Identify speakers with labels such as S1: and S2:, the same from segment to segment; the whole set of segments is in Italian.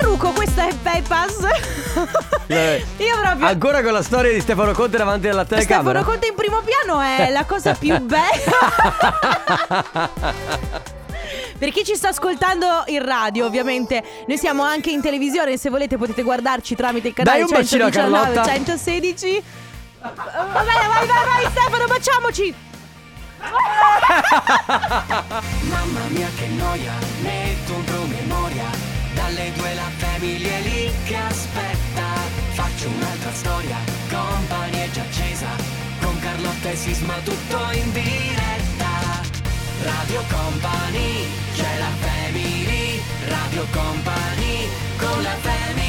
S1: gioco, questa è Peppas.
S2: Eh,
S1: Io proprio.
S2: Ancora con la storia di Stefano Conte davanti alla telecamera.
S1: Stefano Conte in primo piano è la cosa più bella. Per chi ci sta ascoltando in radio, ovviamente, noi siamo anche in televisione, se volete potete guardarci tramite il canale
S2: Dai un bacino a
S1: 119
S2: Carlotta.
S1: 116. Va bene, vai, vai, vai Stefano, baciamoci.
S3: Mamma mia che noia, metto un promemoria Dalle due la famiglia è lì che aspetta Faccio un'altra storia, company è già accesa Con Carlotta e Sisma tutto in diretta Radio Company, c'è la family Radio Company, con la family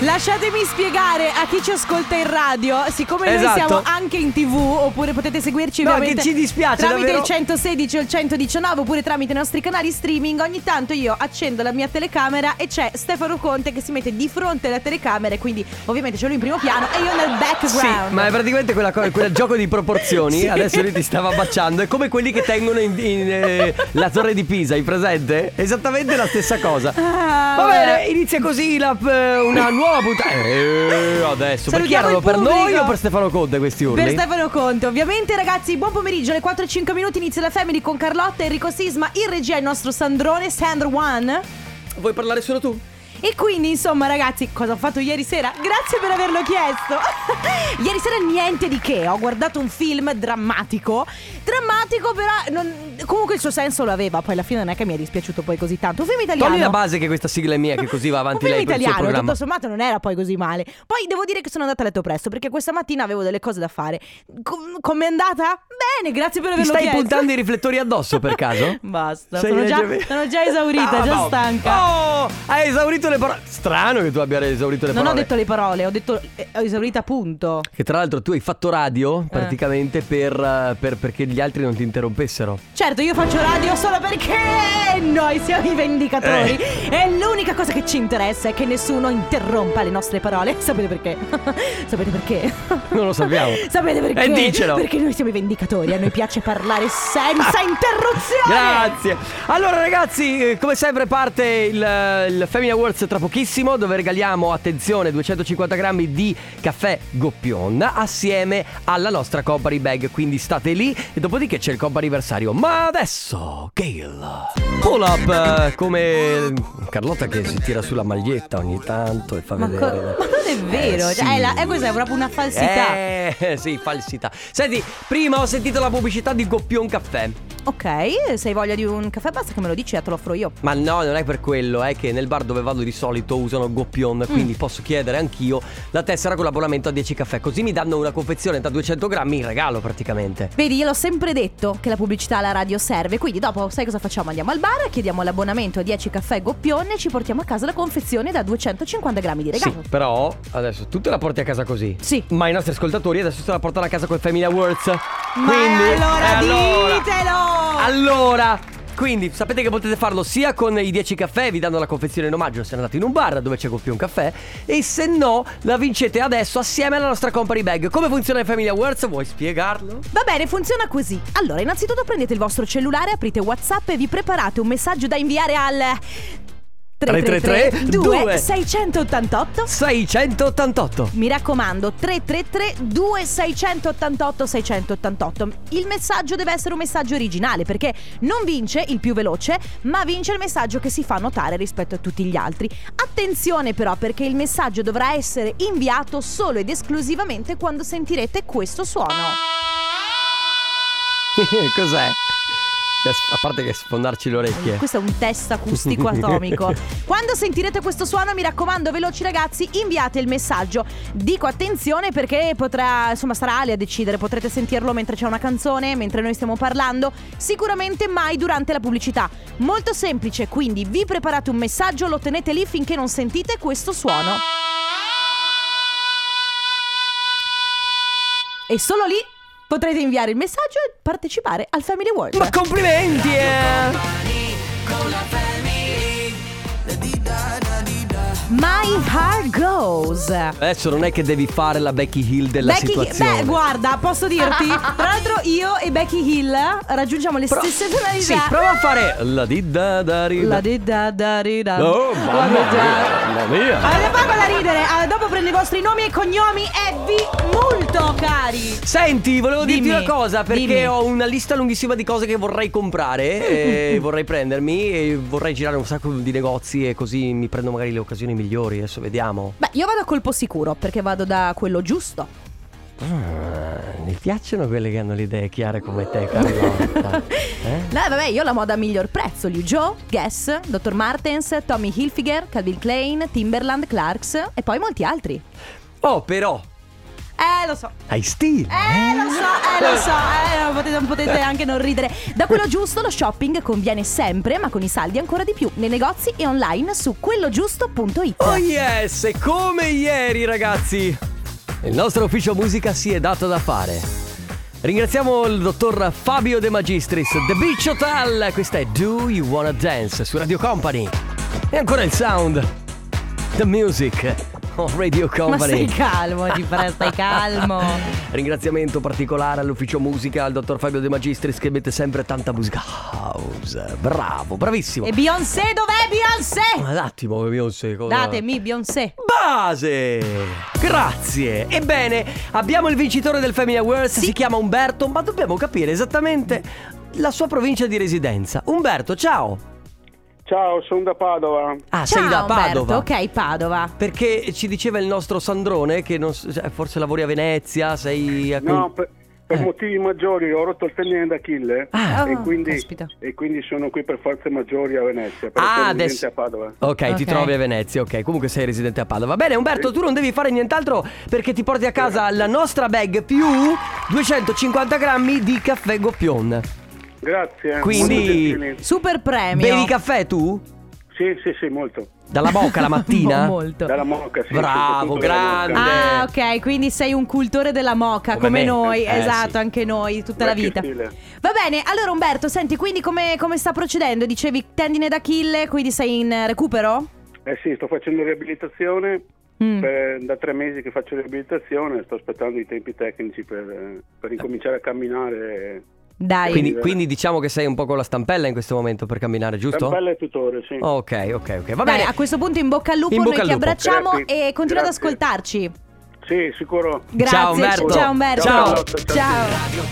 S1: Lasciatemi spiegare a chi ci ascolta in radio, siccome noi
S2: Esatto.
S1: siamo anche in TV, oppure potete seguirci
S2: No,
S1: ovviamente
S2: che ci dispiace,
S1: tramite
S2: davvero.
S1: il 116 o il 119, oppure tramite i nostri canali streaming, ogni tanto io accendo la mia telecamera e c'è Stefano Conte che si mette di fronte alla telecamera e quindi ovviamente c'è lui in primo piano e io nel
S2: Sì,
S1: background.
S2: ma è praticamente quella cosa, quel gioco di proporzioni.
S1: Sì.
S2: Adesso lui ti stava baciando. È come quelli che tengono in, in, eh, la torre di Pisa, hai presente? Esattamente la stessa cosa.
S1: Ah,
S2: Va
S1: vabbè.
S2: bene, inizia così la- eh, una nuova puntata. Eh, adesso, per chi
S1: Salutiamo
S2: erano?
S1: il
S2: Per noi
S1: pubblico.
S2: o per Stefano Conte questi urli?
S1: Per Stefano Conte, ovviamente ragazzi, buon pomeriggio, alle 4 e 5 minuti inizia la Family con Carlotta, Enrico Sisma, in regia il nostro Sandrone, Sandro One.
S2: Vuoi parlare solo tu?
S1: E quindi, insomma, ragazzi, cosa ho fatto ieri sera? Grazie per averlo chiesto. ieri sera niente di che, ho guardato un film drammatico. Drammatico, però non- comunque il suo senso lo aveva. Poi alla fine non è che mi è dispiaciuto poi così tanto. Un film italiano.
S2: Togli la base che questa sigla è mia, che così va avanti
S1: un film
S2: lei per il suo
S1: italiano,
S2: programma.
S1: tutto sommato non era poi così male. Poi devo dire che sono andata a letto presto perché questa mattina avevo delle cose da fare. Com- com'è andata? Bene, grazie per
S2: Ti
S1: averlo
S2: stai
S1: chiesto.
S2: puntando i riflettori addosso per caso?
S1: Basta,
S2: Sei
S1: sono già,
S2: leggermente-
S1: sono già esaurita,
S2: Ah,
S1: già
S2: no.
S1: stanca.
S2: Oh, hai esaurito le parole. Strano che tu abbia esaurito le
S1: Non
S2: parole.
S1: ho detto le parole, ho detto eh, ho esaurito appunto.
S2: Che tra l'altro tu hai fatto
S1: Eh.
S2: radio praticamente per, eh, per- perché gli altri non ti interrompessero.
S1: Certo, io faccio radio solo perché noi siamo i vendicatori
S2: Eh.
S1: e l'unica cosa che ci interessa è che nessuno interrompa le nostre parole. Sapete perché? Sapete perché?
S2: Non lo sappiamo. Eh,
S1: Sapete perché?
S2: E dicelo.
S1: Perché noi siamo i vendicatori, a noi piace parlare senza interruzioni.
S2: Ah. Grazie. Allora ragazzi, eh, come sempre parte il, eh, il Family Awards tra pochissimo dove regaliamo, attenzione, 250 grammi di caffè Goppion assieme alla nostra Company Bag, quindi state lì e dopodiché c'è il Company Anniversario. Ma adesso, Gail, pull up eh, come Carlotta che si tira sulla maglietta ogni tanto e fa
S1: Ma, co-
S2: vedere.
S1: ma non è vero,
S2: Eh,
S1: cioè, è, la-
S2: sì.
S1: è questa è proprio una falsità.
S2: Eh, sì, falsità. Senti, prima ho sentito la pubblicità di Goppion Caffè.
S1: Ok, se hai voglia di un caffè basta che me lo dici e te lo offro io.
S2: Ma no, non è per quello, è che nel bar dove vado di solito usano Goppion,
S1: Mm.
S2: quindi posso chiedere anch'io la tessera con l'abbonamento a 10 caffè, così mi danno una confezione da 200 grammi in regalo praticamente.
S1: Vedi, io l'ho sempre detto che la pubblicità alla radio serve, quindi dopo sai cosa facciamo? Andiamo al bar, chiediamo l'abbonamento a 10 caffè goppione e ci portiamo a casa la confezione da 250 grammi di regalo.
S2: Sì, però adesso tu te la porti a casa così.
S1: Sì.
S2: Ma i nostri ascoltatori adesso se la portano a casa col Family Awards.
S1: Ma
S2: Quindi,
S1: allora
S2: eh, allora.
S1: ditelo!
S2: Allora, quindi sapete che potete farlo sia con i 10 caffè, vi danno la confezione in omaggio se andate in un bar dove c'è più un caffè, e se no la vincete adesso assieme alla nostra company bag. Come funziona il Family Awards? Vuoi spiegarlo?
S1: Va bene, funziona così. Allora, innanzitutto prendete il vostro cellulare, aprite WhatsApp e vi preparate un messaggio da inviare al 333 2688
S2: 688.
S1: Mi raccomando, 333 2688 688. Il messaggio deve essere un messaggio originale perché non vince il più veloce, ma vince il messaggio che si fa notare rispetto a tutti gli altri. Attenzione però perché il messaggio dovrà essere inviato solo ed esclusivamente quando sentirete questo suono.
S2: Cos'è? A parte che sfondarci le orecchie.
S1: Questo è un test acustico atomico. Quando sentirete questo suono, mi raccomando, veloci ragazzi, inviate il messaggio. Dico attenzione perché potrà, insomma, sarà Ale a decidere. Potrete sentirlo mentre c'è una canzone, mentre noi stiamo parlando. Sicuramente mai durante la pubblicità. Molto semplice, quindi vi preparate un messaggio, lo tenete lì finché non sentite questo suono. E solo lì potrete inviare il messaggio e partecipare al Family World.
S2: Ma complimenti! Eh.
S1: My Heart Goes.
S2: Adesso non è che devi fare la Becky Hill della
S1: Becky,
S2: situazione.
S1: beh, guarda, posso dirti? Tra l'altro, io e Becky Hill raggiungiamo le
S2: Pro-
S1: stesse tonalità.
S2: Sì, prova a fare la di da da ri da.
S1: La di da da ri da.
S2: Oh, mamma
S1: La di da-
S2: mia. Mamma mia.
S1: Allora, fa da ridere. Ah, dopo prendo i vostri nomi e cognomi e vi multo, cari.
S2: Senti, volevo dirti
S1: Dimmi,
S2: una cosa perché
S1: dimmi.
S2: ho una lista lunghissima di cose che vorrei comprare, e vorrei prendermi e vorrei girare un sacco di negozi e così mi prendo magari le occasioni migliori. Adesso vediamo.
S1: Beh, io vado a colpo sicuro perché vado da quello giusto.
S2: Ah, mi piacciono quelle che hanno le idee chiare come te, Carlotta. Eh?
S1: No, vabbè, io ho la moda a miglior prezzo. Liu Joe, Guess, Dr. Martens, Tommy Hilfiger, Calvin Klein, Timberland, Clarks e poi molti altri.
S2: Oh, però,
S1: Eh, lo so.
S2: hai stile.
S1: Eh, lo so, eh, lo so, eh, potete, potete anche non ridere. Da quello giusto lo shopping conviene sempre, ma con i saldi ancora di più, nei negozi e online su quellogiusto.it.
S2: Oh yes, e come ieri ragazzi Il nostro ufficio musica si è dato da fare Ringraziamo il dottor Fabio De Magistris The Beach Hotel Questa è Do You Wanna Dance su Radio Company E ancora il sound The Music on Radio
S1: ma stai
S2: Company
S1: calmo, di pre- stai calmo.
S2: Ringraziamento particolare all'ufficio musica Al dottor Fabio De Magistris che mette sempre tanta musica house Bravo, bravissimo
S1: E Beyoncé, dov'è Beyoncé?
S2: Ma un attimo, Beyoncé cosa...
S1: Datemi Beyoncé.
S2: Base! Grazie! Ebbene, abbiamo il vincitore del Family Awards, si chiama Umberto, ma dobbiamo capire esattamente la sua provincia di residenza. Umberto, ciao!
S4: Ciao, sono da Padova.
S1: Ciao,
S2: Ah, sei da
S1: Umberto.
S2: Padova.
S1: Ok, Padova.
S2: Perché ci diceva il nostro Sandrone che non s- cioè, forse lavori a Venezia, sei a...
S4: No, per, per
S2: Eh.
S4: motivi maggiori ho rotto il tendine d'Achille
S2: Ah.
S4: e,
S1: Oh,
S4: quindi,
S1: caspita.
S4: e quindi sono qui per forze maggiori a Venezia. Però
S2: Ah,
S4: sono
S2: adesso...
S4: residente a Padova.
S2: ok, ti
S1: Ok.
S2: trovi a Venezia, ok. Comunque sei residente a Padova. Bene, Umberto,
S4: Sì.
S2: tu non devi fare nient'altro perché ti porti a casa la nostra bag più 250 grammi di caffè goppion.
S4: Grazie. eh.
S2: Quindi-
S4: molto gentili.
S1: Super premio.
S2: Bevi caffè tu?
S4: Sì, sì, sì, molto.
S2: Dalla bocca la mattina?
S1: Mo- Oh, molto.
S4: Dalla Moca, sì.
S2: Bravo,
S4: soprattutto dalla Moca.
S2: grande.
S1: Ah, ok, quindi sei un cultore della moca
S2: Come
S1: come,
S2: me.
S1: noi,
S2: Eh,
S1: esatto,
S2: sì.
S1: anche noi, tutta la
S4: Vecchio
S1: vita.
S4: stile.
S1: Va bene, allora Umberto, senti, quindi come, come sta procedendo? Dicevi tendine d'Achille, quindi sei in recupero?
S4: Eh sì, sto facendo riabilitazione.
S1: Mm.
S4: per- da tre mesi che faccio riabilitazione, sto aspettando i tempi tecnici per,
S2: Eh.
S4: per ricominciare a camminare.
S1: Dai.
S2: Quindi,
S4: Sì.
S2: quindi diciamo che sei un po' con la stampella in questo momento per camminare, giusto? Oh.
S4: Campella e tutore, sì.
S2: Ok, ok, ok. Va
S1: Dai,
S2: bene.
S1: a questo punto in bocca al lupo,
S2: In bocca
S1: noi
S2: al
S1: ti
S2: lupo.
S1: abbracciamo
S4: Grazie.
S1: e continua ad
S4: Grazie.
S1: ascoltarci.
S4: Sì, sicuro.
S1: Grazie,
S2: Ciao, Umberto.
S1: ciao Umberto.
S2: Ciao.
S1: Ciao.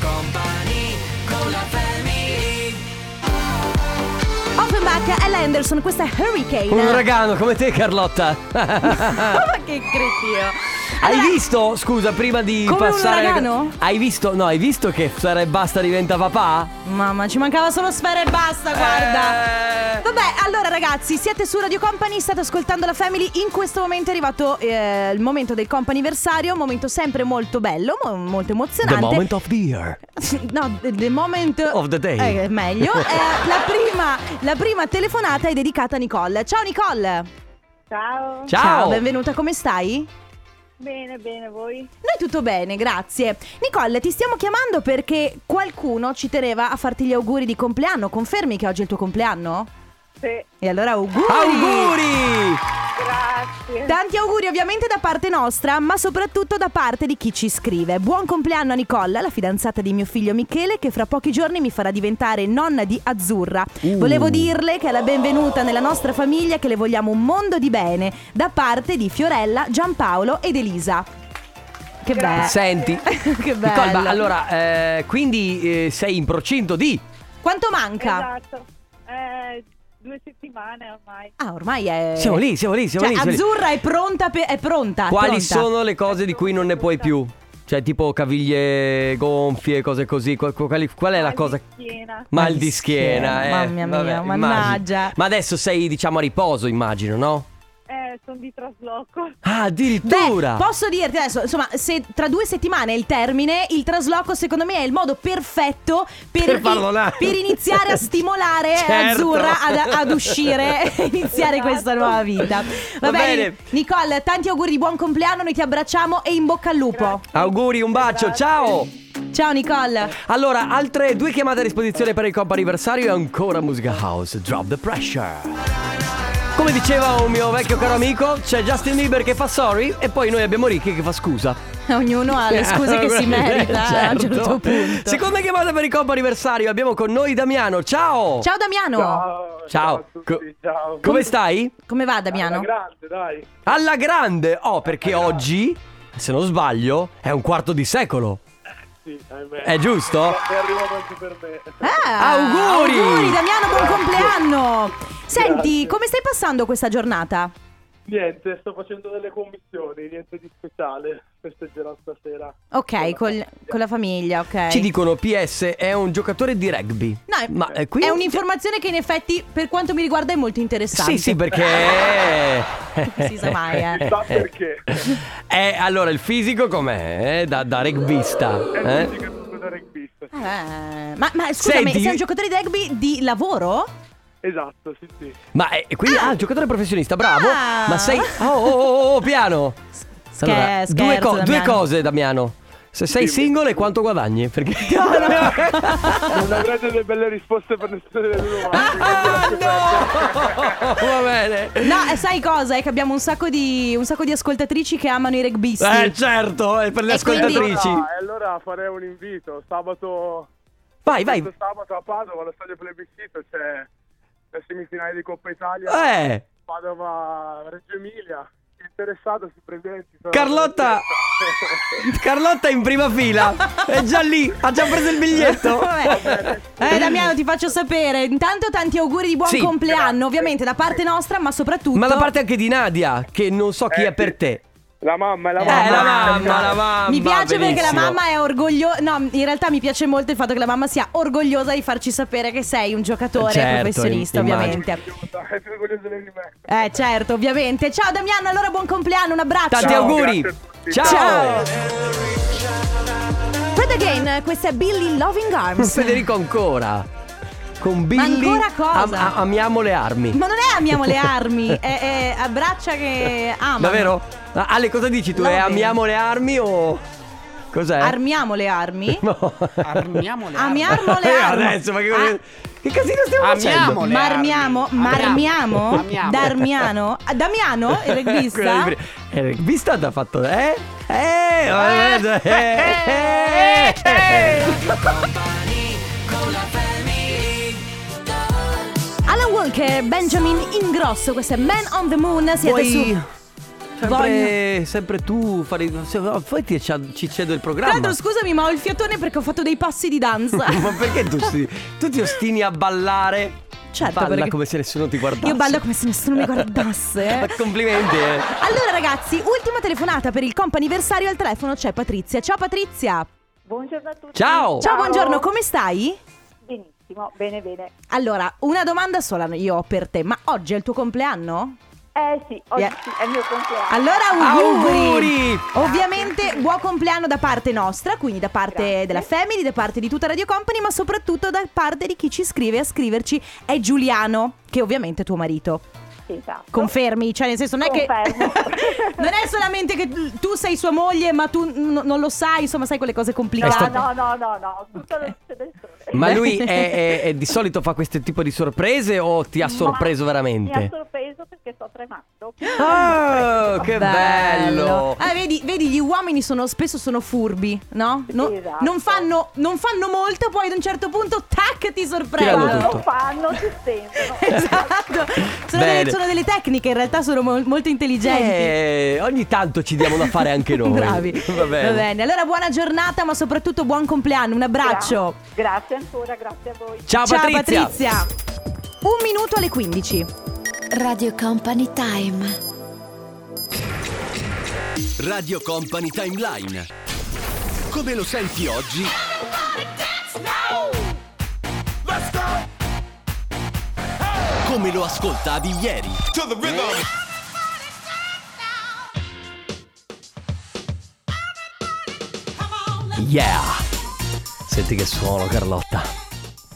S1: Offenbach, Ella Anderson, questa è Hurricane.
S2: Un uragano come te, Carlotta.
S1: Ma che cretino.
S2: Hai
S1: Allora,
S2: visto? Scusa, prima di
S1: Come un
S2: passare.
S1: uragano?
S2: Hai visto? No, hai visto che Sara e Basta diventa papà?
S1: Mamma, ci mancava solo sfera e basta, guarda.
S2: Guarda.
S1: Vabbè, allora ragazzi, siete su Radio Company, state ascoltando la Family. In questo momento è arrivato eh, il momento del companiversario, un momento sempre molto bello, mo- molto
S2: The
S1: emozionante.
S2: moment of the year.
S1: No, the- the moment
S2: Of the day.
S1: Eh, meglio. Eh, la, prima, la prima telefonata è dedicata a Nicole. Ciao Nicole.
S5: Ciao.
S2: Ciao.
S1: benvenuta, come stai?
S5: Bene, bene, voi?
S1: Noi tutto bene, grazie. Nicole, ti stiamo chiamando perché qualcuno ci teneva a farti gli auguri di compleanno. Confermi che oggi è il tuo compleanno?
S5: Sì,
S1: E allora
S2: Auguri!
S5: grazie.
S1: Tanti auguri ovviamente da parte nostra, ma soprattutto da parte di chi ci scrive. Buon compleanno a Nicola, la fidanzata di mio figlio Michele, che fra pochi giorni mi farà diventare nonna di Azzurra.
S2: Uh.
S1: Volevo dirle che è la benvenuta nella nostra famiglia, che le vogliamo un mondo di bene, da parte di Fiorella, Giampaolo ed Elisa. Che bello.
S2: Senti.
S1: che bello.
S2: Nicole, ma allora, eh, quindi eh, sei in procinto di.
S1: Quanto manca?
S5: Esatto. Eh, due settimane ormai.
S1: Ah, ormai è...
S2: Siamo lì, siamo lì, siamo
S1: Cioè,
S2: lì. siamo lì.
S1: Azzurra è pronta, per- è pronta. è
S2: Quali
S1: pronta.
S2: sono le cose di cui non ne puoi più? Cioè, tipo caviglie gonfie, cose così. Qual, quali- qual è la
S5: Mal di
S2: cosa?
S5: schiena.
S2: Mal di schiena, eh.
S1: Mamma mia,
S2: Vabbè, immagino.
S1: mannaggia.
S2: Ma adesso sei, diciamo, a riposo, immagino, no?
S5: Eh, sono di trasloco.
S2: Ah,
S1: Beh,
S2: addirittura!
S1: posso dirti adesso, insomma, se tra due settimane è il termine, il trasloco secondo me è il modo perfetto per,
S2: Per farlo là.
S1: per iniziare a stimolare
S2: Certo.
S1: Azzurra ad, ad uscire e iniziare
S5: Esatto.
S1: questa nuova vita. Va,
S2: Va
S1: bene.
S2: bene.
S1: Nicole, tanti auguri di buon compleanno, noi ti abbracciamo e in bocca al lupo.
S2: Auguri, un
S1: Esatto.
S2: bacio,
S5: Grazie.
S2: ciao!
S1: Ciao Nicole.
S2: Allora, altre due chiamate a disposizione per il comp anniversario e ancora musica house. Drop the pressure. Come diceva un mio vecchio caro amico, c'è Justin Bieber che fa sorry e poi noi abbiamo Ricky che fa scusa.
S1: Ognuno ha le scuse che si
S2: Eh,
S1: merita a un
S2: certo.
S1: certo punto.
S2: Seconda chiamata per il compo anniversario, abbiamo con noi Damiano. Ciao!
S1: Ciao Damiano.
S4: Ciao,
S2: Ciao.
S4: a tutti, ciao.
S2: Come stai?
S1: Come va
S4: Alla
S1: Damiano?
S4: grande, dai.
S2: Alla grande! Oh, perché oggi, se non sbaglio, è un quarto di secolo.
S4: Eh, Sì, ahimè.
S2: È giusto?
S4: È arrivato anche per me.
S1: Ah,
S2: Auguri!
S1: Auguri Damiano, buon compleanno! Senti, come stai passando questa giornata?
S4: Niente, sto facendo delle commissioni, niente di speciale. Festeggerò stasera.
S1: Ok, col- con la famiglia, ok.
S2: Ci dicono PS è un giocatore di rugby.
S1: No, è-
S2: Ma eh, qui
S1: È un'informazione che in effetti, per quanto mi riguarda, è molto interessante.
S2: Sì, sì, perché
S1: Non si sa mai, eh.
S4: Chissà perché.
S2: Eh, allora il fisico com'è? Eh, da, da rugbista,
S4: È
S2: eh?
S4: l'unica cosa da rugbista.
S1: Eh, ma, ma scusami,
S2: Senti-
S1: sei un giocatore di rugby di lavoro?
S4: Esatto, sì, sì.
S2: Ma eh, quindi ah, giocatore professionista, bravo.
S1: Ah.
S2: Ma sei Oh, oh, oh, oh, piano. Allora,
S1: Scher-
S2: due,
S1: scherzo,
S2: co- due
S1: Damiano.
S2: cose, Damiano. Se sei
S4: Dimmi.
S2: single, quanto guadagni? Perché
S4: Non avrete delle belle risposte per nessuna delle due domande.
S2: Ah, no! Va bene.
S1: No, eh, sai cosa? È che abbiamo un sacco di, un sacco di ascoltatrici che amano i rugbisti.
S2: Eh certo, è per le
S1: E quindi-
S2: ascoltatrici.
S4: Ah, e allora farei un invito. Sabato
S2: Vai, vai.
S4: Questo sabato a Padova, allo stadio plebiscito, c'è la semifinale di Coppa Italia.
S2: Eh,
S4: Padova, Reggio Emilia. Chi è Interessato si presenti. sono-
S2: Carlotta Carlotta è in prima fila. È già lì, ha già preso il biglietto.
S1: Vabbè. Eh Damiano ti faccio sapere Intanto tanti auguri di buon
S2: Sì.
S1: compleanno Ovviamente da parte nostra ma soprattutto
S2: Ma da parte anche di Nadia, che non so chi
S4: Eh,
S2: è per
S4: sì.
S2: te.
S4: La mamma, è la
S1: Eh,
S4: mamma.
S2: Eh, la mamma, la mamma.
S1: Mi piace perché la
S2: benissimo.
S1: mamma è orgogliosa No in realtà mi piace molto il fatto che la mamma sia orgogliosa di farci sapere che sei un giocatore
S2: Certo,
S1: professionista
S2: im- immagino.
S1: ovviamente
S4: È più orgogliosa di me.
S1: Eh certo ovviamente Ciao Damiano allora buon compleanno un abbraccio
S2: Tanti
S4: Ciao,
S2: auguri.
S4: grazie a tutti.
S2: Ciao.
S1: Ciao. Fred again questa è Billy Loving Arms
S2: Federico ancora. Con Billy.
S1: ancora cosa?
S2: am- a- amiamo le armi.
S1: Ma non è amiamo le armi È, è abbraccia che amano
S2: Davvero? Ah, Ale, cosa dici tu?
S1: No,
S2: È
S1: bene.
S2: amiamo le armi o. Cos'è?
S1: Armiamo le armi
S2: No.
S6: Armiamo le armi.
S1: Amiamo le
S2: Eh,
S1: armi. Ah,
S2: Adesso, ma che, che casino stiamo
S6: Amiamo
S2: facendo?
S6: le
S1: Marmiamo,
S6: armi.
S1: marmiamo,
S6: Amiamo.
S1: Darmiano, Ah, Damiano, il
S2: Quella
S1: regista.
S2: di prima. Eh, vista t'ha fatto. Eh? Eh? eh, eh, eh, eh.
S1: Alan Walker, Benjamin Ingrosso, questo è Man on the Moon, siete
S2: Vuoi-
S1: su...
S2: Sempre, sempre tu fare. se- no, Poi ti, ci ci cedo il
S1: Tra
S2: programma.
S1: l'altro scusami ma ho il fiatone perché ho fatto dei passi di danza.
S2: Ma perché tu, si- tu ti ostini a ballare?
S1: Certo,
S2: Balla
S1: perché-
S2: come se nessuno ti guardasse.
S1: Io ballo come se nessuno mi guardasse. eh.
S2: Ma complimenti, eh.
S1: Allora ragazzi, ultima telefonata per il comp'anniversario al telefono c'è Patrizia. Ciao Patrizia.
S5: Buongiorno a tutti.
S2: Ciao.
S1: Ciao, buongiorno, come stai?
S5: Benissimo, bene, bene.
S1: Allora, una domanda sola io ho per te, ma oggi è il tuo compleanno?
S5: Eh sì, oggi
S1: Yeah.
S5: sì, è il mio compleanno.
S1: Allora auguri.
S2: Auguri!
S1: Ovviamente buon compleanno da parte nostra, quindi da parte
S5: Grazie.
S1: della Family, da parte di tutta Radio Company, ma soprattutto da parte di chi ci scrive a scriverci è Giuliano, che ovviamente è tuo marito.
S5: Sì, esatto.
S1: Confermi, cioè nel senso non è che
S5: Confermo.
S1: non è solamente che tu sei sua moglie, ma tu n- non lo sai, insomma, sai quelle cose
S2: È
S1: complicate.
S5: No,
S2: stato-
S5: Ah, no, no, no, no, tutto lo luce del sole.
S2: Ma lui è- è- è- di solito fa questo tipo di sorprese o ti ha sorpreso
S5: Ma Mi ha
S2: veramente?
S5: sorpreso perché sto tremando.
S2: Oh, che bello!
S1: Ah, vedi, vedi, gli uomini sono, spesso sono furbi, no? No-
S5: Esatto.
S1: non, fanno, non fanno molto, poi ad un certo punto, tac, ti sorprendono.
S2: Tirano tutto.
S5: Lo fanno, si sentono.
S1: Esatto, sono
S2: Bene.
S1: delle, sono delle tecniche, in realtà sono mol- molto intelligenti.
S2: Eh, ogni tanto ci diamo da fare anche noi.
S1: Bravi.
S2: Va bene.
S1: Allora buona giornata, ma soprattutto buon compleanno. Un abbraccio.
S5: Grazie ancora, grazie a voi.
S2: Ciao,
S1: Ciao
S2: Patrizia.
S1: Patrizia. Un minuto alle 15.
S7: Radio Company Time.
S8: Radio Company Timeline. Come lo senti oggi? Come lo ascoltavi ieri?
S1: Eh?
S2: Yeah! Senti che suono, Carlotta.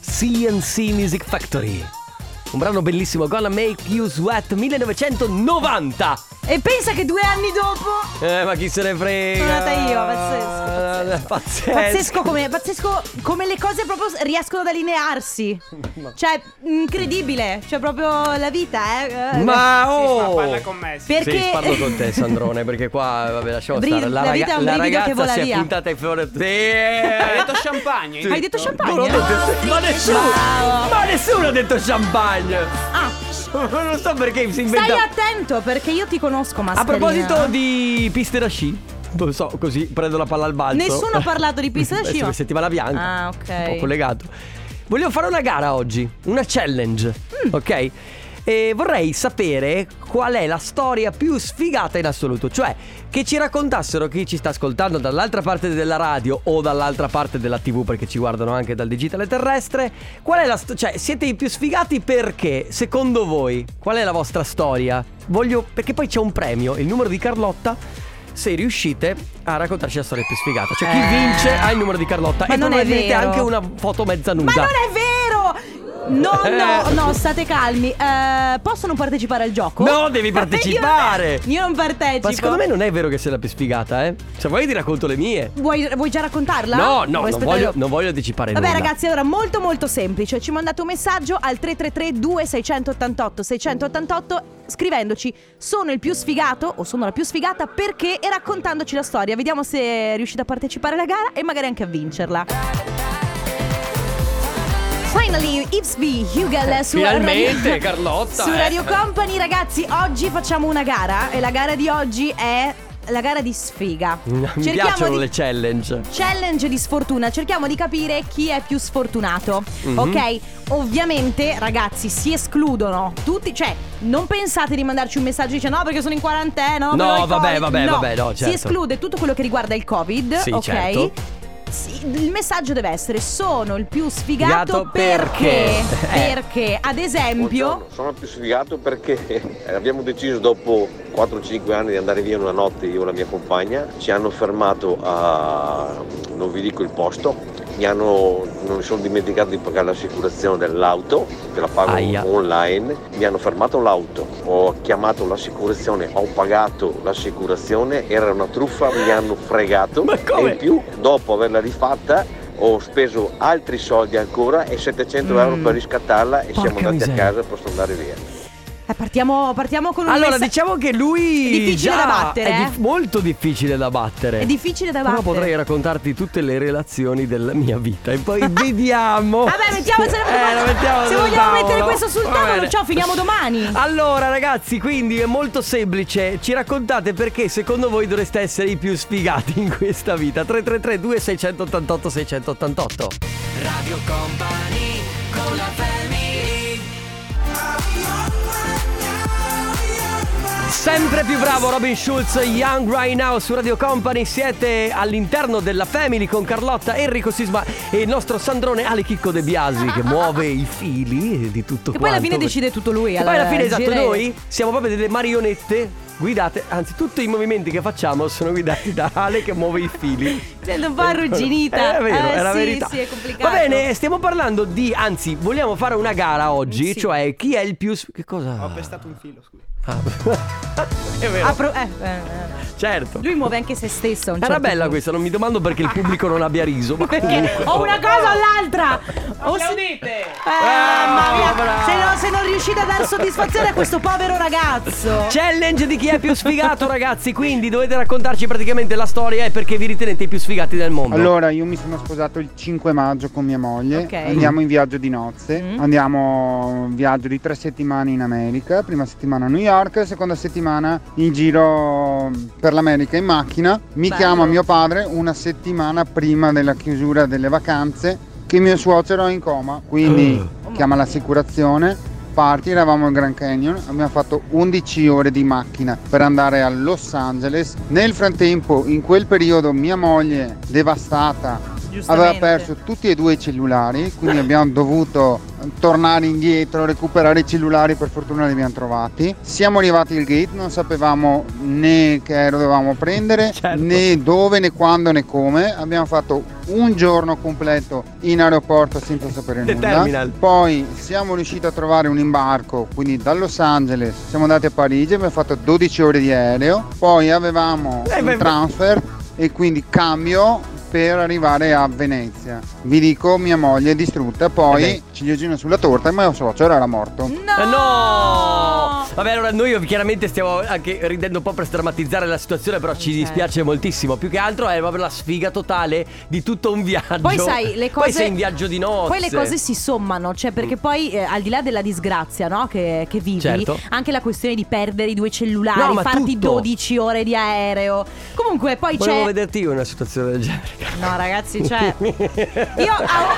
S2: CNC Music Factory. Un brano bellissimo, Gonna Make You Sweat 1990.
S1: E pensa che due anni dopo
S2: Eh, ma chi se ne frega?
S1: Sono nata io, pazzesco,
S2: Pazzesco. Eh, Pazzesco.
S1: Pazzesco come, pazzesco come le cose proprio s- riescono ad allinearsi. Cioè, incredibile. Cioè, proprio la vita, eh. Eh,
S2: Ma
S6: Sisma,
S2: oh!
S6: parla con me. Sisma.
S1: Perché...
S2: Sì, parlo con te Sandrone perché qua vabbè lasciamo
S1: Bri-
S2: stare la,
S1: la vita è un
S2: la
S1: brivido che
S2: ragazza
S1: vola
S2: si
S1: via.
S2: è puntata in fiore Sì.
S6: Hai detto champagne?
S1: Hai detto champagne?
S2: Non ho detto- ma, nessuno, ma nessuno ha detto champagne
S1: Ah,
S2: Non so perché si inventa
S1: stai attento perché io ti conosco,
S2: A
S1: mascherina.
S2: proposito di piste da sci Non so così prendo la palla al balzo
S1: Nessuno ha parlato di pista da
S2: Beh,
S1: sci, ma-
S2: Settimana bianca
S1: Ah, ok.
S2: Un po' collegato Volevo fare una gara oggi Una challenge
S1: Mm.
S2: Ok e vorrei sapere qual è la storia più sfigata in assoluto, cioè che ci raccontassero chi ci sta ascoltando dall'altra parte della radio o dall'altra parte della TV perché ci guardano anche dal digitale terrestre. Qual è la sto- cioè siete i più sfigati perché? Secondo voi qual è la vostra storia? Voglio perché poi c'è un premio, il numero di Carlotta se riuscite a raccontarci la storia più sfigata. Cioè chi
S1: Eh.
S2: vince ha il numero di Carlotta
S1: Ma
S2: e
S1: non è
S2: probabilmente
S1: vero.
S2: anche una foto mezza nuda.
S1: Ma non è vero! No,
S2: Eh.
S1: no, no, state calmi. Eh, possono partecipare al gioco?
S2: No, devi partecipare.
S1: Io non, io non partecipo.
S2: Ma secondo me non è vero che sei la più sfigata, eh. Se vuoi ti racconto le mie.
S1: Vuoi, vuoi già raccontarla?
S2: No, no,
S1: Vuoi
S2: non
S1: aspettare-
S2: voglio, non voglio anticipare
S1: Vabbè
S2: nulla.
S1: ragazzi, allora molto molto semplice, ci mandate un messaggio al 333 2688 688 scrivendoci "Sono il più sfigato" o "Sono la più sfigata" perché e raccontandoci la storia. Vediamo se riuscite a partecipare alla gara e magari anche a vincerla. Finally, Yves B. Hugel su
S2: Eh, finalmente,
S1: Radio-
S2: Carlotta,
S1: Su
S2: eh.
S1: Radio Company, ragazzi, oggi facciamo una gara e la gara di oggi è la gara di sfiga.
S2: Mi
S1: Cerchiamo
S2: piacciono
S1: di-
S2: le challenge.
S1: Challenge di sfortuna, cerchiamo di capire chi è più sfortunato.
S2: Mhm.
S1: Ok? Ovviamente, ragazzi, si escludono tutti, cioè, non pensate di mandarci un messaggio dicendo no perché sono in quarantena.
S2: No,
S1: però ho il
S2: vabbè,
S1: Covid".
S2: vabbè, vabbè, no, certo.
S1: Si esclude tutto quello che riguarda il Covid,
S2: Sì,
S1: ok?
S2: certo.
S1: Sì, Il messaggio deve essere sono il più sfigato
S2: Sfigato perché?
S1: perché?
S2: Eh.
S1: Perché, ad esempio,
S9: Buongiorno, sono più sfigato perché abbiamo deciso dopo 4-5 anni di andare via una notte io e la mia compagna, ci hanno fermato a non vi dico il posto, mi hanno non mi sono dimenticato di pagare l'assicurazione dell'auto, che la pago
S2: Aia.
S9: online, mi hanno fermato l'auto, ho chiamato l'assicurazione, ho pagato l'assicurazione, era una truffa, mi hanno fregato
S2: Ma come?
S9: e in più dopo averla rifatta ho speso altri soldi ancora e 700
S2: Mm.
S9: euro per riscattarla e siamo
S2: Porca
S9: andati
S2: miseria.
S9: a casa per andare via.
S1: eh, partiamo, partiamo con un
S2: Allora,
S1: messa-
S2: diciamo che lui
S1: È difficile
S2: già
S1: da battere,
S2: È
S1: eh.
S2: molto difficile da battere.
S1: è difficile da
S2: Però
S1: battere.
S2: potrei raccontarti tutte le relazioni della mia vita e poi vediamo.
S1: Vabbè, mettiamo se,
S2: Oh. Eh, lo mettiamo
S1: se
S2: sul
S1: vogliamo
S2: tavolo.
S1: mettere questo sul
S2: Va
S1: tavolo,
S2: bene.
S1: ciao, finiamo domani.
S2: Allora, ragazzi, quindi è molto semplice. Ci raccontate perché secondo voi dovreste essere i più sfigati in questa vita. 333 2688 688.
S3: Radio Company con la family
S2: Sempre più bravo Robin Schulz, Young Right Now su Radio Company. Siete all'interno della Family con Carlotta, Enrico Sisma e il nostro Sandrone Ale Chicco De Biasi che muove i fili di tutto
S1: Che poi
S2: quanto.
S1: alla fine decide tutto lui.
S2: E poi alla fine, esatto,
S1: gira-
S2: noi siamo proprio delle marionette guidate, anzi tutti i movimenti che facciamo sono guidati da Ale che muove i fili.
S1: Sento un po' arrugginita.
S2: Eh, È vero,
S1: Eh,
S2: è la
S1: sì,
S2: verità.
S1: sì, è complicato.
S2: Va bene, stiamo parlando di, anzi, vogliamo fare una gara oggi,
S1: Sì.
S2: cioè chi è il più... s- Che cosa? Ah,
S6: Ho pestato un filo, scusa.
S2: È vero,
S1: Apro- eh, eh, eh.
S2: certo.
S1: Lui muove anche se stesso. a un
S2: Era
S1: certo
S2: bella
S1: punto.
S2: questa, non mi domando perché il pubblico non abbia riso. Ma
S1: Perché
S2: comunque.
S1: o una cosa o l'altra. O se-
S6: Applaudite!
S1: Eh,
S2: Ah,
S1: mamma mia, se, no- se non riuscite a dar soddisfazione a questo povero ragazzo.
S2: Challenge di chi è più sfigato, ragazzi. Quindi dovete raccontarci praticamente la storia e perché vi ritenete i più sfigati del mondo.
S10: Allora, io mi sono sposato il 5 maggio con mia moglie.
S1: Ok.
S10: Andiamo in viaggio di nozze.
S1: Mm.
S10: Andiamo in viaggio di tre settimane in America. Prima settimana a New York, seconda settimana in giro per l'America in macchina. Mi
S1: Bello.
S10: chiama mio padre una settimana prima della chiusura delle vacanze che mio suocero è in coma. Quindi chiama l'assicurazione. Parti, eravamo al Grand Canyon, abbiamo fatto 11 ore di macchina per andare a Los Angeles. Nel frattempo, in quel periodo, mia moglie, devastata, aveva
S1: Giustamente.
S10: perso tutti e due i cellulari, quindi abbiamo dovuto tornare indietro, recuperare i cellulari, per fortuna li abbiamo trovati. Siamo arrivati al gate, non sapevamo né che aereo dovevamo prendere,
S2: Certo.
S10: né dove, né quando, né come. Abbiamo fatto un giorno completo in aeroporto senza sapere
S2: The
S10: nulla.
S2: terminal.
S10: Poi siamo riusciti a trovare un imbarco, quindi da Los Angeles siamo andati a Parigi, abbiamo fatto 12 ore di aereo, poi avevamo
S2: Eh, beh,
S10: un transfer e quindi cambio per arrivare a Venezia. Vi dico, mia moglie è distrutta, poi
S2: Eh beh.
S10: ciliegina sulla torta, ma mio suocero era morto.
S2: Eh, No! Vabbè, allora noi chiaramente stiamo anche ridendo un po' per strammatizzare la situazione, però ci dispiace moltissimo. Più che altro è proprio la sfiga totale di tutto un viaggio.
S1: Poi sai, le cose.
S2: Poi sei in viaggio di nozze.
S1: Poi le cose si sommano, cioè perché poi eh, al di là della disgrazia no, che, che vivi,
S2: Certo.
S1: anche la questione di perdere i due cellulari,
S2: No, ma
S1: farti
S2: tutto.
S1: 12 ore di aereo. Comunque poi
S2: Volevo
S1: c'è.
S2: vederti io in una situazione del genere.
S1: No, ragazzi, cioè. Io ho,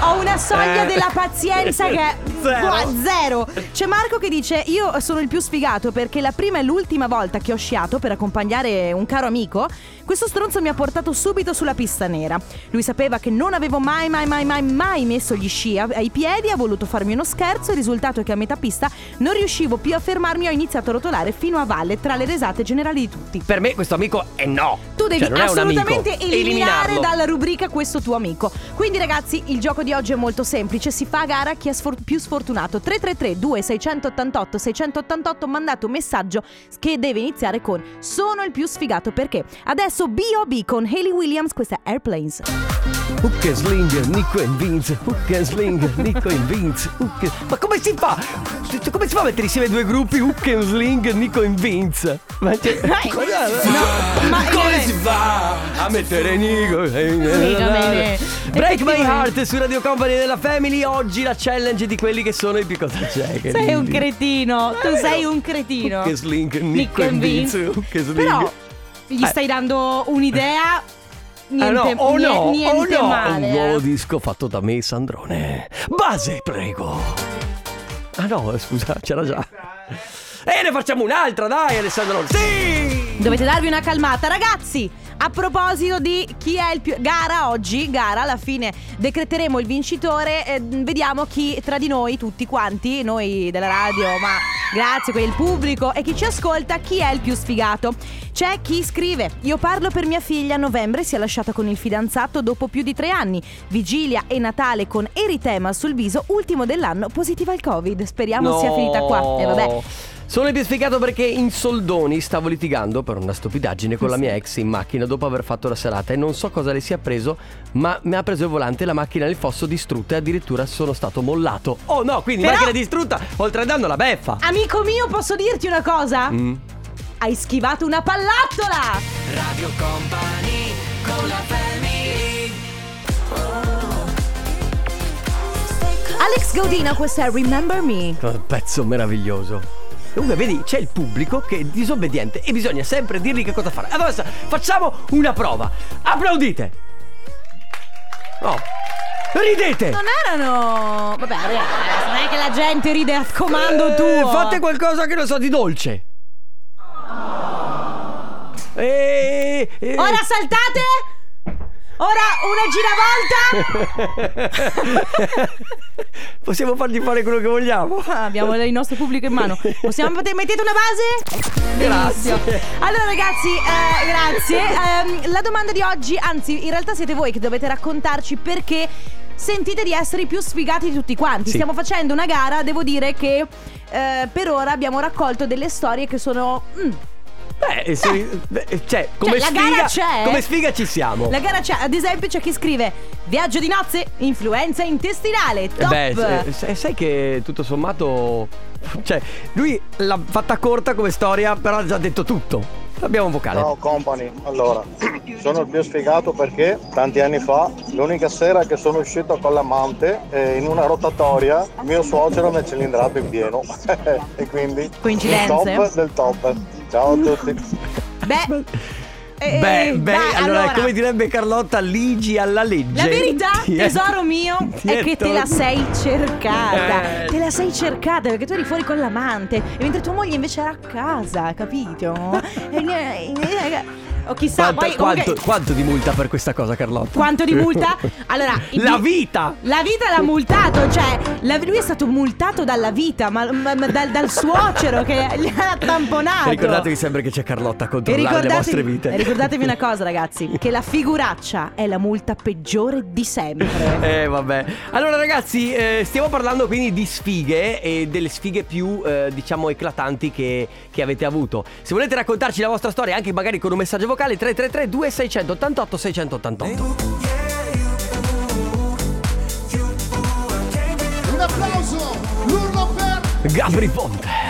S1: ho una soglia
S2: Eh.
S1: della pazienza che è
S2: Zero.
S1: Buah, zero. C'è Marco che dice: Io sono il più sfigato perché la prima e l'ultima volta che ho sciato per accompagnare un caro amico, questo stronzo mi ha portato subito sulla pista nera. Lui sapeva che non avevo mai, mai, mai, mai, mai messo gli sci a- ai piedi, ha voluto farmi uno scherzo. Il risultato è che a metà pista non riuscivo più a fermarmi, ho iniziato a rotolare fino a valle tra le resate generali di tutti.
S2: Per me questo amico è no.
S1: Tu devi
S2: Cioè, non è un amico.
S1: assolutamente eliminare
S2: Eliminarlo.
S1: dalla rubrica questo tuo amico. Quindi, ragazzi, il gioco di oggi è molto semplice: si fa a gara chi è sfor- più sfortunato. 333-2688-688, mandate un messaggio che deve iniziare con Sono il più sfigato perché adesso B.O.B. con Hayley Williams, questa è Airplanes.
S2: Hook and sling, Nico and Vince. Hook and sling, Nico and Vince. Hook and- Ma come si fa? Cioè, Come si fa a mettere insieme due gruppi? Hook and sling, Nico and Vince. Ma cioè, cosa-
S1: ma-
S2: come si fa a mettere Nico?
S1: bene.
S2: Break my
S1: Effettivamente.
S2: heart su Radio Company della Family. Oggi la challenge di quelli che sono i piccola c'è. che
S1: Sei un
S2: ridi.
S1: cretino, tu
S2: vero.
S1: sei un cretino.
S2: Hook and sling, Nico,
S1: Nick and Vince.
S2: Hook and sling.
S1: Però gli
S2: Eh.
S1: stai dando un'idea. Niente,
S2: ah no, oh
S1: nie-
S2: no,
S1: niente
S2: oh no.
S1: male.
S2: Un nuovo
S1: eh.
S2: disco fatto da me, Sandrone. Base, prego. Ah no, scusa, c'era già. E ne facciamo un'altra, dai, Alessandro. Sì!
S1: Dovete darvi una calmata, ragazzi. A proposito di chi è il più gara oggi, gara alla fine decreteremo il vincitore, eh, vediamo chi tra di noi tutti quanti, noi della radio, ma grazie per il pubblico e chi ci ascolta, chi è il più sfigato. C'è chi scrive: "Io parlo per mia figlia, a novembre si è lasciata con il fidanzato dopo più di tre anni. Vigilia e Natale con eritema sul viso, ultimo dell'anno, positiva al Covid. Speriamo sia
S2: No.
S1: finita qua".
S2: Eh,
S1: E vabbè.
S2: Sono identificato perché in soldoni stavo litigando per una stupidaggine con la mia ex in macchina dopo aver fatto la serata e non so cosa le sia preso, ma mi ha preso il volante, la macchina nel fosso distrutta e addirittura sono stato mollato. Oh no, quindi
S1: Però-
S2: macchina distrutta, oltre a danno la beffa.
S1: Amico mio, posso dirti una cosa?
S2: Mm.
S1: Hai schivato una pallottola!
S3: Radio Company con la family
S1: Alex Godino, questa è Remember Me.
S2: Che pezzo meraviglioso. Comunque, vedi, c'è il pubblico che è disobbediente e bisogna sempre dirgli che cosa fare. Allora, sa- facciamo una prova. Applaudite. No. Ridete.
S1: Non erano. Vabbè, ragazzi, non è che la gente ride a comando
S2: Eh,
S1: tuo.
S2: Fate qualcosa che non so di dolce. Eh, eh.
S1: Oh. Ora saltate! Ora una giravolta!
S2: Possiamo fargli fare quello che vogliamo.
S1: Ah, Abbiamo il nostro pubblico in mano. Possiamo mettete una base? Benissimo. Allora, ragazzi, eh, grazie. Ehm, la domanda di oggi, anzi, in realtà siete voi che dovete raccontarci perché sentite di essere i più sfigati di tutti quanti.
S2: Sì.
S1: Stiamo facendo una gara, devo dire che eh, per ora abbiamo raccolto delle storie che sono. mm,
S2: Beh, sì, beh, cioè, come
S1: la
S2: sfiga,
S1: gara c'è, eh.
S2: come sfiga ci siamo.
S1: La gara c'è, ad esempio, c'è chi scrive: Viaggio di nozze, influenza intestinale. Top.
S2: Eh Beh, se- se- sai che tutto sommato. Cioè, lui l'ha fatta corta come storia, però ha già detto tutto. Abbiamo un vocale.
S11: Ciao company, allora sono il più sfigato perché tanti anni fa l'unica sera che sono uscito con l'amante eh, in una rotatoria mio suocero mi ha cilindrato in pieno e quindi il
S1: Coincidenze?
S11: top del top. Ciao a tutti.
S1: Beh. eh,
S2: Beh, beh,
S1: dai,
S2: allora, come direbbe Carlotta, ligi alla legge.
S1: La verità,
S2: Ti è-
S1: tesoro mio,
S2: ti
S1: è che te
S2: tol-
S1: la sei cercata.
S2: Eh.
S1: Te la sei cercata perché tu eri fuori con l'amante e mentre tua moglie invece era a casa, capito? E- e- e- O chissà,
S2: quanto,
S1: poi
S2: quanto-
S1: comunque-
S2: quanto di multa per questa cosa, Carlotta?
S1: Quanto di multa? Allora, il-
S2: La vita!
S1: La vita l'ha multato, cioè la- lui è stato multato dalla vita, ma, ma- ma dal, dal suocero che gli ha tamponato.
S2: Ricordatevi sempre che c'è Carlotta a
S1: E
S2: controllare le vostre
S1: ricordatevi,
S2: vite.
S1: e ricordatevi una cosa ragazzi, che la figuraccia è la multa peggiore di sempre.
S2: Eh vabbè. Allora ragazzi, eh, stiamo parlando quindi di sfighe e delle sfighe più eh, diciamo eclatanti che, che avete avuto. Se volete raccontarci la vostra storia anche magari con un messaggio vocale 333 2688 688.
S3: Un applauso, l'urlo per...
S2: Gabri Ponte.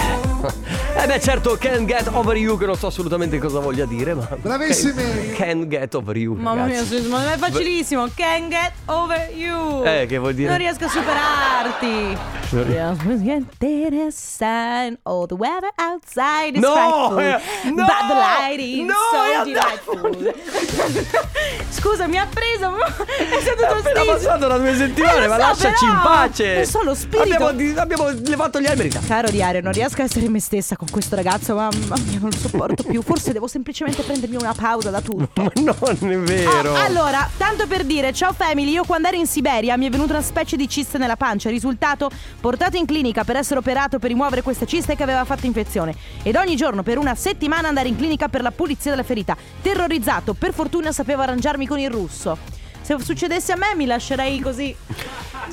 S2: Eh beh certo, can get over you che non so assolutamente cosa voglia dire, ma
S1: Bravissimi!
S2: Can, can get over you.
S1: Mamma mia,
S2: ragazzi.
S1: Susi, ma è facilissimo. Can get over you.
S2: Eh, che vuol dire?
S1: Non riesco a superarti.
S2: Non ri-
S1: There is sun, all Oh, the weather outside is
S3: No,
S1: frightful.
S3: eh, no,
S1: but the lighting
S3: no, è
S1: so
S3: andato-
S1: delightful. Scusa, mi ha preso. È stato tutto
S2: appena
S1: stage.
S2: passato da due settimane,
S1: Eh, lo
S2: ma
S1: so,
S2: lasciaci
S1: però,
S2: in pace.
S1: Non so, lo spirito.
S2: Abbiamo di- abbiamo levato gli alberi.
S1: Caro diario, non riesco a essere me stessa con questo ragazzo, mamma mia, non lo sopporto più. Forse devo semplicemente prendermi una pausa da tutto.
S2: Ma non è vero.
S1: Ah, allora, tanto per dire, ciao family, io quando ero in Siberia mi è venuta una specie di cista nella pancia. Risultato portato in clinica per essere operato per rimuovere questa cista che aveva fatto infezione. Ed ogni giorno per una settimana andare in clinica per la pulizia della ferita. Terrorizzato, per fortuna sapevo arrangiarmi con il russo. Se succedesse a me mi lascerei così.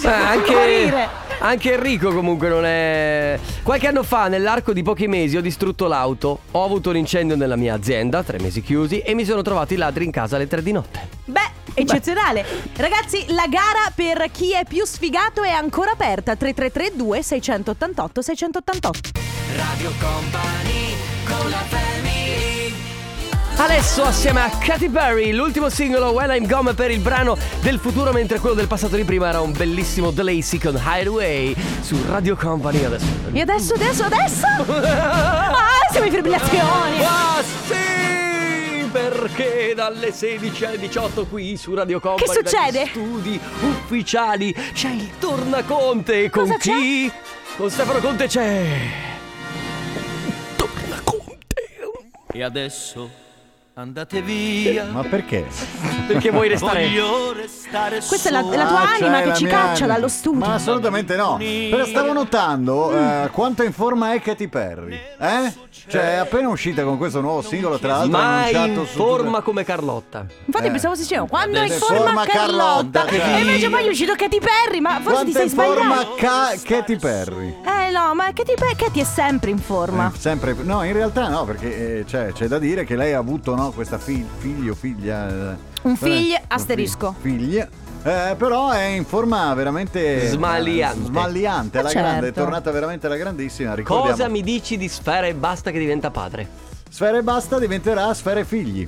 S2: Eh, anche,
S1: morire.
S2: anche Enrico comunque non è... Qualche anno fa, nell'arco di pochi mesi, ho distrutto l'auto, ho avuto un incendio nella mia azienda, tre mesi chiusi, e mi sono trovato i ladri in casa alle tre di notte.
S1: Beh, eccezionale. Ragazzi, la gara per chi è più sfigato è ancora aperta. 3332 688 688.
S3: Radio Company con la family.
S2: Adesso assieme a Katy Perry, l'ultimo singolo When I'm Gone per il brano del futuro, mentre quello del passato di prima era un bellissimo The Lazy con Highway su Radio Company adesso.
S1: E adesso, adesso, adesso! Ah, siamo in fibrillazioni!
S2: Ah sì! Perché dalle 16 alle 18 qui su Radio Company
S1: Che succede?
S2: dagli studi ufficiali c'è il Tornaconte E con
S1: Cosa c'è?
S2: chi? Con Stefano Conte c'è
S12: E adesso andate via.
S13: Ma perché?
S2: Perché vuoi restare-
S12: Voglio restare
S1: Questa è la,
S12: sola.
S1: la tua
S13: Ah, cioè
S1: anima che
S13: la
S1: ci
S13: mia
S1: caccia
S13: anima.
S1: dallo studio.
S13: Ma assolutamente no. Però stavo notando eh, quanto in forma è Katy Perry. Eh? Cioè, è appena uscita con questo nuovo singolo, tra l'altro,
S2: Mai
S13: annunciato
S2: in
S13: su
S2: forma come Carlotta
S1: Infatti
S13: Eh.
S1: pensavo si diceva quando è in
S13: Adesso-
S1: forma
S13: Forma
S1: Carlotta.
S13: Carlotta,
S1: E
S13: cioè.
S1: invece poi è uscito Katy Perry, ma forse ti
S13: Quanto è
S1: sei
S13: in forma
S1: sbagliato.
S13: Ca- Katy Perry?
S1: Eh no, ma Katy, Pe- Katy è sempre in forma.
S13: Eh, Sempre, no, in realtà no, perché eh, cioè, c'è da dire che lei ha avuto no, questa fi- figlio, figlia. eh,
S1: Un figlio,
S13: eh,
S1: asterisco.
S13: Figlia. eh, però è in forma veramente eh,
S2: Smaliante.
S13: smaliante, alla
S2: Eh, certo.
S13: grande, è tornata veramente alla grandissima. Ricordiamo,
S2: Cosa mi dici di Sfera e Basta che diventa padre?
S13: Sfera e basta diventerà sfera e figli.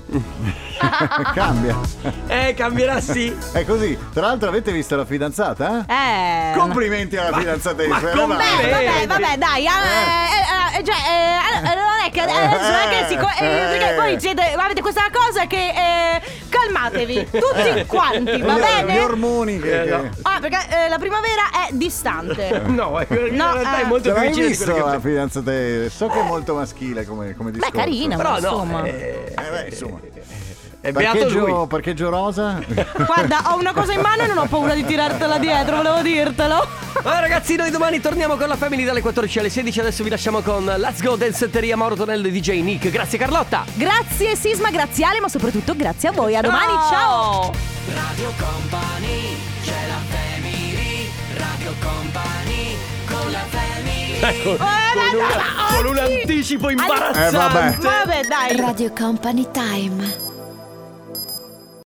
S13: Cambia.
S2: Eh, cambierà sì.
S13: È così. Tra l'altro avete visto la fidanzata?
S1: Eh.
S13: Complimenti alla fidanzata di
S3: ma
S13: Sfera. e
S3: com-
S13: Basta.
S1: Beh, vabbè, vabbè, dai. eh, eh, eh, cioè, eh, eh, non è che adesso non è che si. co- eh, perché voi siete, avete questa cosa che. eh, calmatevi,
S13: Eh.
S1: tutti quanti, va
S13: Gli- Gli
S1: bene?
S13: ormoni che...
S2: Eh, no.
S1: Ah, perché eh, la primavera è distante.
S2: No, è- eh, in realtà è
S1: eh.
S2: molto
S13: Cioè,
S2: più
S13: hai
S2: vicino di
S13: visto
S2: quello che
S13: la fidanzata? di- So che è molto maschile come, come discorso.
S1: carina, ma
S13: Però
S1: Però no, insomma.
S2: eh,
S13: beh, insomma.
S2: È beato
S13: parcheggio,
S2: lui.
S13: parcheggio rosa?
S1: Guarda, ho una cosa in mano e non ho paura di tirartela dietro, volevo dirtelo.
S2: Allora ragazzi, noi domani torniamo con la Family dalle 14 alle 16. Adesso vi lasciamo con Let's Go Danzetteria Mauro Tonello e DJ Nick. Grazie Carlotta.
S1: Grazie Sisma, grazie Ale, ma soprattutto grazie a voi. A domani, ciao!
S3: Radio Company, c'è la family. Radio Company con la family.
S2: Ecco,
S3: con,
S2: un anticipo
S3: imbarazzante.
S13: Eh, vabbè.
S1: Vabbè, dai.
S7: Radio Company Time.